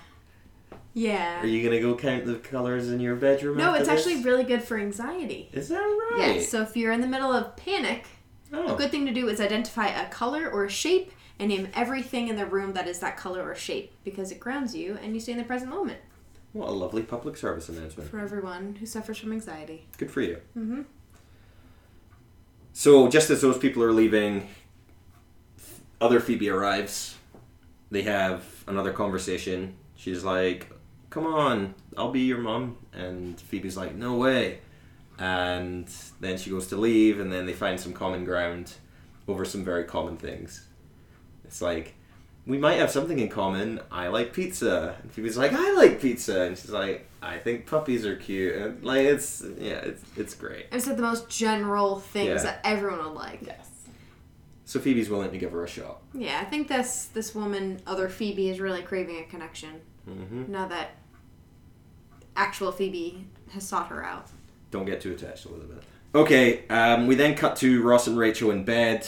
S2: yeah.
S1: Are you gonna go count the colours in your bedroom?
S2: No,
S1: after
S2: it's
S1: this?
S2: actually really good for anxiety.
S1: Is that right?
S2: Yes, so if you're in the middle of panic,
S1: Oh.
S2: a good thing to do is identify a color or a shape and name everything in the room that is that color or shape because it grounds you and you stay in the present moment
S1: What a lovely public service announcement.
S2: for everyone who suffers from anxiety.
S1: Good for you.
S2: Mm-hmm.
S1: So, just as those people are leaving, other Phoebe arrives. They have another conversation. She's like, Come on, I'll be your mom. And Phoebe's like, No way. And then she goes to leave, and then they find some common ground over some very common things. It's like, We might have something in common. I like pizza. And Phoebe's like, I like pizza. And she's like, I think puppies are cute. And like, it's, yeah, it's, it's great.
S2: I said the most general things
S1: Yeah.
S2: that everyone would like.
S3: Yes.
S1: So Phoebe's willing to give her a shot.
S2: Yeah, I think this this woman, other Phoebe, is really craving a connection
S1: hmm
S2: now that actual Phoebe has sought her out.
S1: Don't get too attached, Elizabeth. Okay, um, we then cut to Ross and Rachel in bed.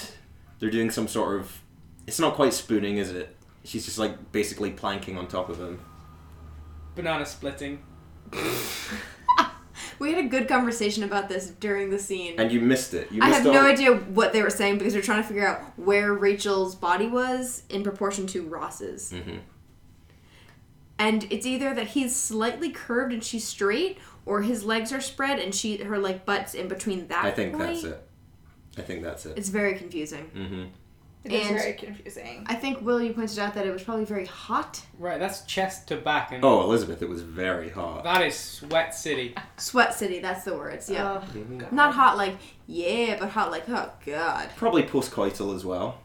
S1: They're doing some sort of. It's not quite spooning, is it? She's just like basically planking on top of him.
S4: Banana splitting.
S2: We had a good conversation about this during the scene.
S1: And you missed it. You
S2: I
S1: missed
S2: have
S1: all-
S2: no idea what they were saying because they're trying to figure out where Rachel's body was in proportion to Ross's.
S1: Mhm.
S2: And it's either that he's slightly curved and she's straight, or his legs are spread and she her like butts in between that.
S1: I think
S2: point.
S1: that's it. I think that's it.
S2: It's very confusing.
S1: Mm-hmm.
S3: It is
S2: And-
S3: very confusing.
S2: I think Will, you pointed out that it was probably very hot,
S4: Right. That's chest to back and.
S1: Oh, Elizabeth, it was very hot.
S4: That is sweat city.
S2: sweat city. That's the words. Yeah,
S3: Ugh.
S1: Mhm.
S2: not hot like yeah, but hot like oh god.
S1: Probably postcoital as well.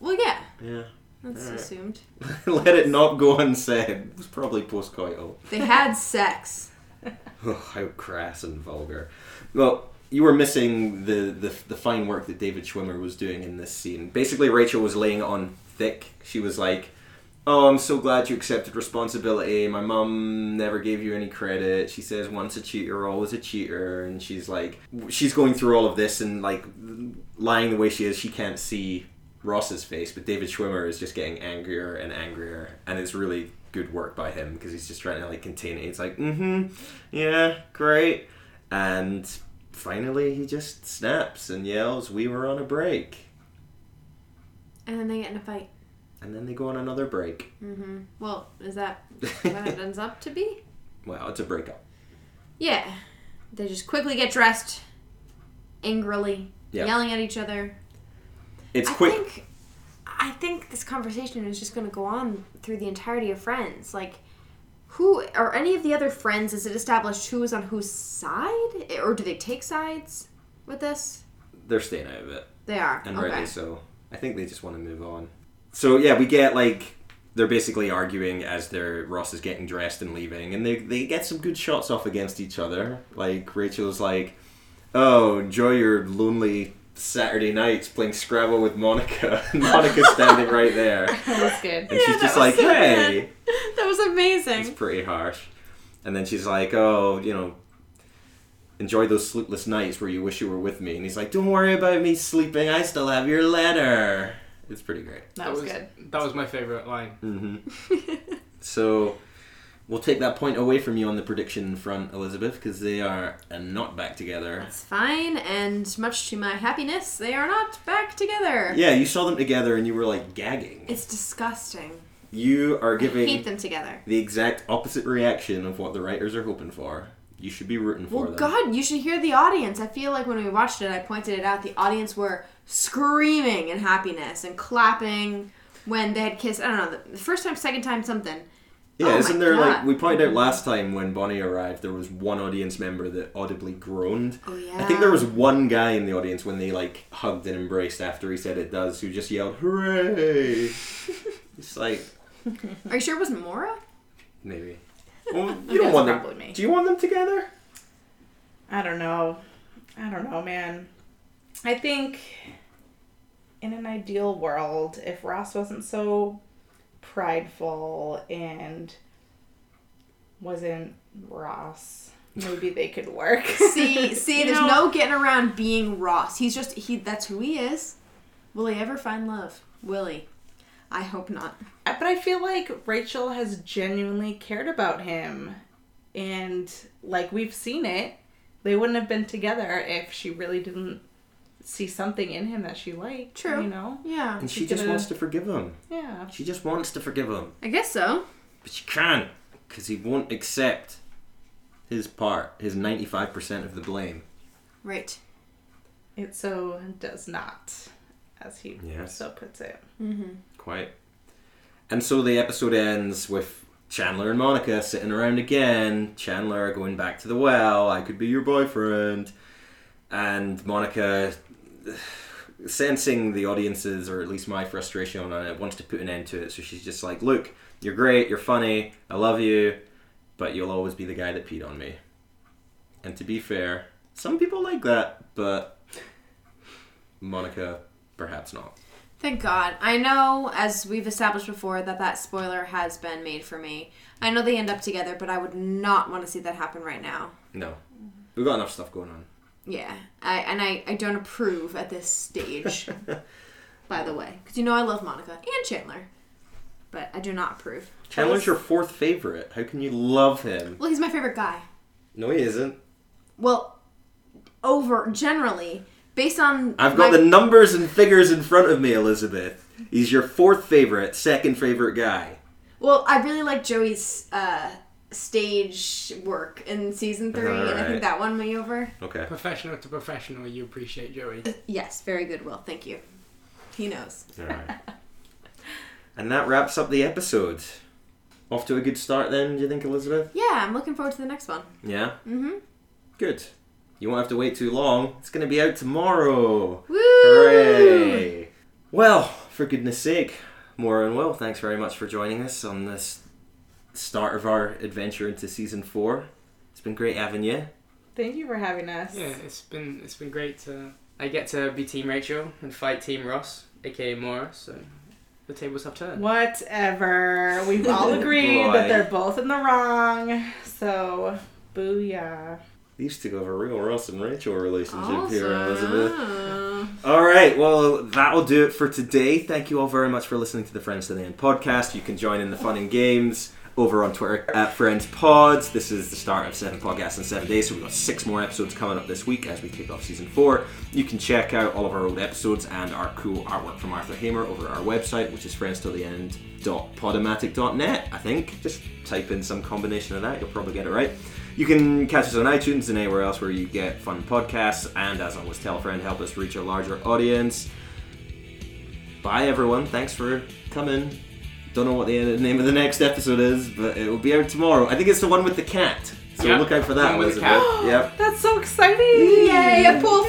S2: Well, yeah,
S1: Yeah.
S2: that's
S1: Alright.
S2: assumed.
S1: Let it not go unsaid. It was probably postcoital.
S2: They had sex.
S1: Oh, how crass and vulgar. Well, you were missing the, the the fine work that David Schwimmer was doing in this scene. Basically, Rachel was laying on thick. She was like, "Oh, I'm so glad you accepted responsibility. My mum never gave you any credit." She says, "Once a cheater, always a cheater," and she's like, she's going through all of this and like lying the way she is. She can't see Ross's face, but David Schwimmer is just getting angrier and angrier, and it's really good work by him because he's just trying to like contain it. He's like, "Mm-hmm, yeah, great," and finally he just snaps and yells, "We were on a break,"
S2: And then they get in a fight.
S1: and then they go on another break.
S2: Mm-hmm. Well, is that what it ends up to be?
S1: well, it's a breakup.
S2: Yeah. They just quickly get dressed, angrily,
S1: Yeah.
S2: yelling at each other.
S1: It's
S2: I
S1: quick.
S2: think I think this conversation is just going to go on through the entirety of Friends. Like, who are any of the other friends? Is it established who is on whose side, Eh, or do they take sides with this?
S1: They're staying out of it,
S2: They are.
S1: and
S2: okay.
S1: rightly so. I think they just want to move on. So yeah, we get like they're basically arguing as their Ross is getting dressed and leaving, and they they get some good shots off against each other. Like Rachel's like, "Oh, enjoy your lonely." Saturday nights playing Scrabble with Monica. Monica's standing right there, and
S3: That was good.
S2: Yeah,
S1: she's
S2: that
S1: just
S2: was
S1: like,
S2: so good.
S1: "Hey,
S2: That was amazing.
S1: It's pretty harsh. And then she's like, "Oh, you know, enjoy those sleepless nights where you wish you were with me." And he's like, "Don't worry about me sleeping. I still have your letter." It's pretty great.
S3: That was good.
S4: That was my favorite line.
S1: hmm so we'll take that point away from you on the prediction front, Elizabeth, because they are uh, not back together.
S2: That's fine, and much to my happiness, they are not back together.
S1: Yeah, you saw them together and you were like gagging.
S2: It's disgusting.
S1: You are
S2: I hate
S1: giving
S2: them together.
S1: the exact opposite reaction of what the writers are hoping for. You should be rooting for
S2: Well,
S1: them.
S2: God, you should hear the audience. I feel like when we watched it, I pointed it out. The audience were screaming in happiness and clapping when they had kissed. I don't know, the- the first time, second time, something.
S1: Yeah,
S2: Oh
S1: isn't
S2: my
S1: there like
S2: God.
S1: we pointed out last time when Bonnie arrived, there was one audience member that audibly groaned.
S2: Oh yeah.
S1: I think there was one guy in the audience when they like hugged and embraced after he said it does, who just yelled "Hooray!" it's like
S2: Are you sure it wasn't Mora?
S1: maybe. Well,
S3: Maybe
S1: you don't
S3: that's
S1: want them.
S3: probably me.
S1: Do you want them together?
S3: I don't know. I don't know, man. I think in an ideal world, if Ross wasn't so prideful and wasn't Ross, maybe they could work.
S2: See, see,
S3: You
S2: there's
S3: know-
S2: no getting around being Ross. He's just he. That's who he is. Will he ever find love? Will he? I hope not.
S3: I- But I feel like Rachel has genuinely cared about him. And like we've seen it, they wouldn't have been together if she really didn't see something in him that she liked.
S2: True.
S3: You know?
S2: Yeah,
S1: And she
S3: She's
S1: just
S3: gonna-
S1: wants to forgive him.
S3: Yeah.
S1: She just wants to forgive him,
S2: I guess so.
S1: but she can't because he won't accept his part, his ninety-five percent of the blame.
S2: Right.
S3: It so does not, as he
S1: Yes.
S3: so puts it.
S2: Mm-hmm.
S1: Quite. And so the episode ends with Chandler and Monica sitting around again. Chandler going back to the well. I could be your boyfriend. And Monica, sensing the audience's, or at least my frustration on it, wants to put an end to it. So she's just like, look, you're great, you're funny, I love you, but you'll always be the guy that peed on me. And to be fair, some people like that, but Monica, perhaps not.
S2: Thank God. I know, as we've established before, that that spoiler has been made for me. I know they end up together, but I would not want to see that happen right now.
S1: No. We've got enough stuff going on.
S2: Yeah, I and I, I don't approve at this stage. by the way, because you know I love Monica and Chandler, but I do not approve.
S1: Chandler's your fourth favorite. How can you love him?
S2: Well, he's my favorite guy.
S1: No, he isn't.
S2: Well, over generally based on
S1: I've got
S2: my-
S1: the numbers and figures in front of me, Elizabeth. He's your fourth favorite, second favorite guy.
S2: Well, I really like Joey's uh, stage work in season three, and I
S1: Alright.
S2: think that won me over.
S1: Okay.
S4: Professional to professional, you appreciate Joey.
S2: Yes, very good, Will. Thank you. He knows.
S1: Alright. and that wraps up the episode. Off to a good start then, do you think, Elizabeth?
S2: Yeah, I'm looking forward to the next one.
S1: Yeah?
S2: Mm-hmm.
S1: Good. You won't have to wait too long. It's gonna be out tomorrow.
S2: Woo!
S1: Hooray! Well, for goodness sake, Maura and Will, thanks very much for joining us on this start of our adventure into season four. It's been great having you.
S3: Thank you for having us.
S4: Yeah, it's been it's been great to I get to be Team Rachel and fight Team Ross, aka Morris. So the tables have turned.
S3: Whatever. We've all
S1: Oh,
S3: agreed
S1: boy.
S3: that they're both in the wrong. So, booyah.
S1: These two have a real Ross and Rachel relationship here, Elizabeth.
S2: Awesome.
S1: All right, well, that'll do it for today. Thank you all very much for listening to the Friends to the End podcast. You can join in the fun and games over on Twitter at Friends Pods. This is the start of seven podcasts in seven days, so we've got six more episodes coming up this week as we kick off season four. You can check out all of our old episodes and our cool artwork from Arthur Hamer over at our website, which is friendstotheend.podomatic.net, I think. Just type in some combination of that, you'll probably get it right. You can catch us on iTunes and anywhere else where you get fun podcasts. And as always, tell a friend, help us reach a larger audience. Bye, everyone. Thanks for coming. Don't know what the name of the next episode is, but it will be out tomorrow. I think it's the one with the cat. So
S4: Yeah.
S1: look out for that.
S4: One with the
S1: Elizabeth. yep.
S3: That's so exciting.
S2: Yay, a pool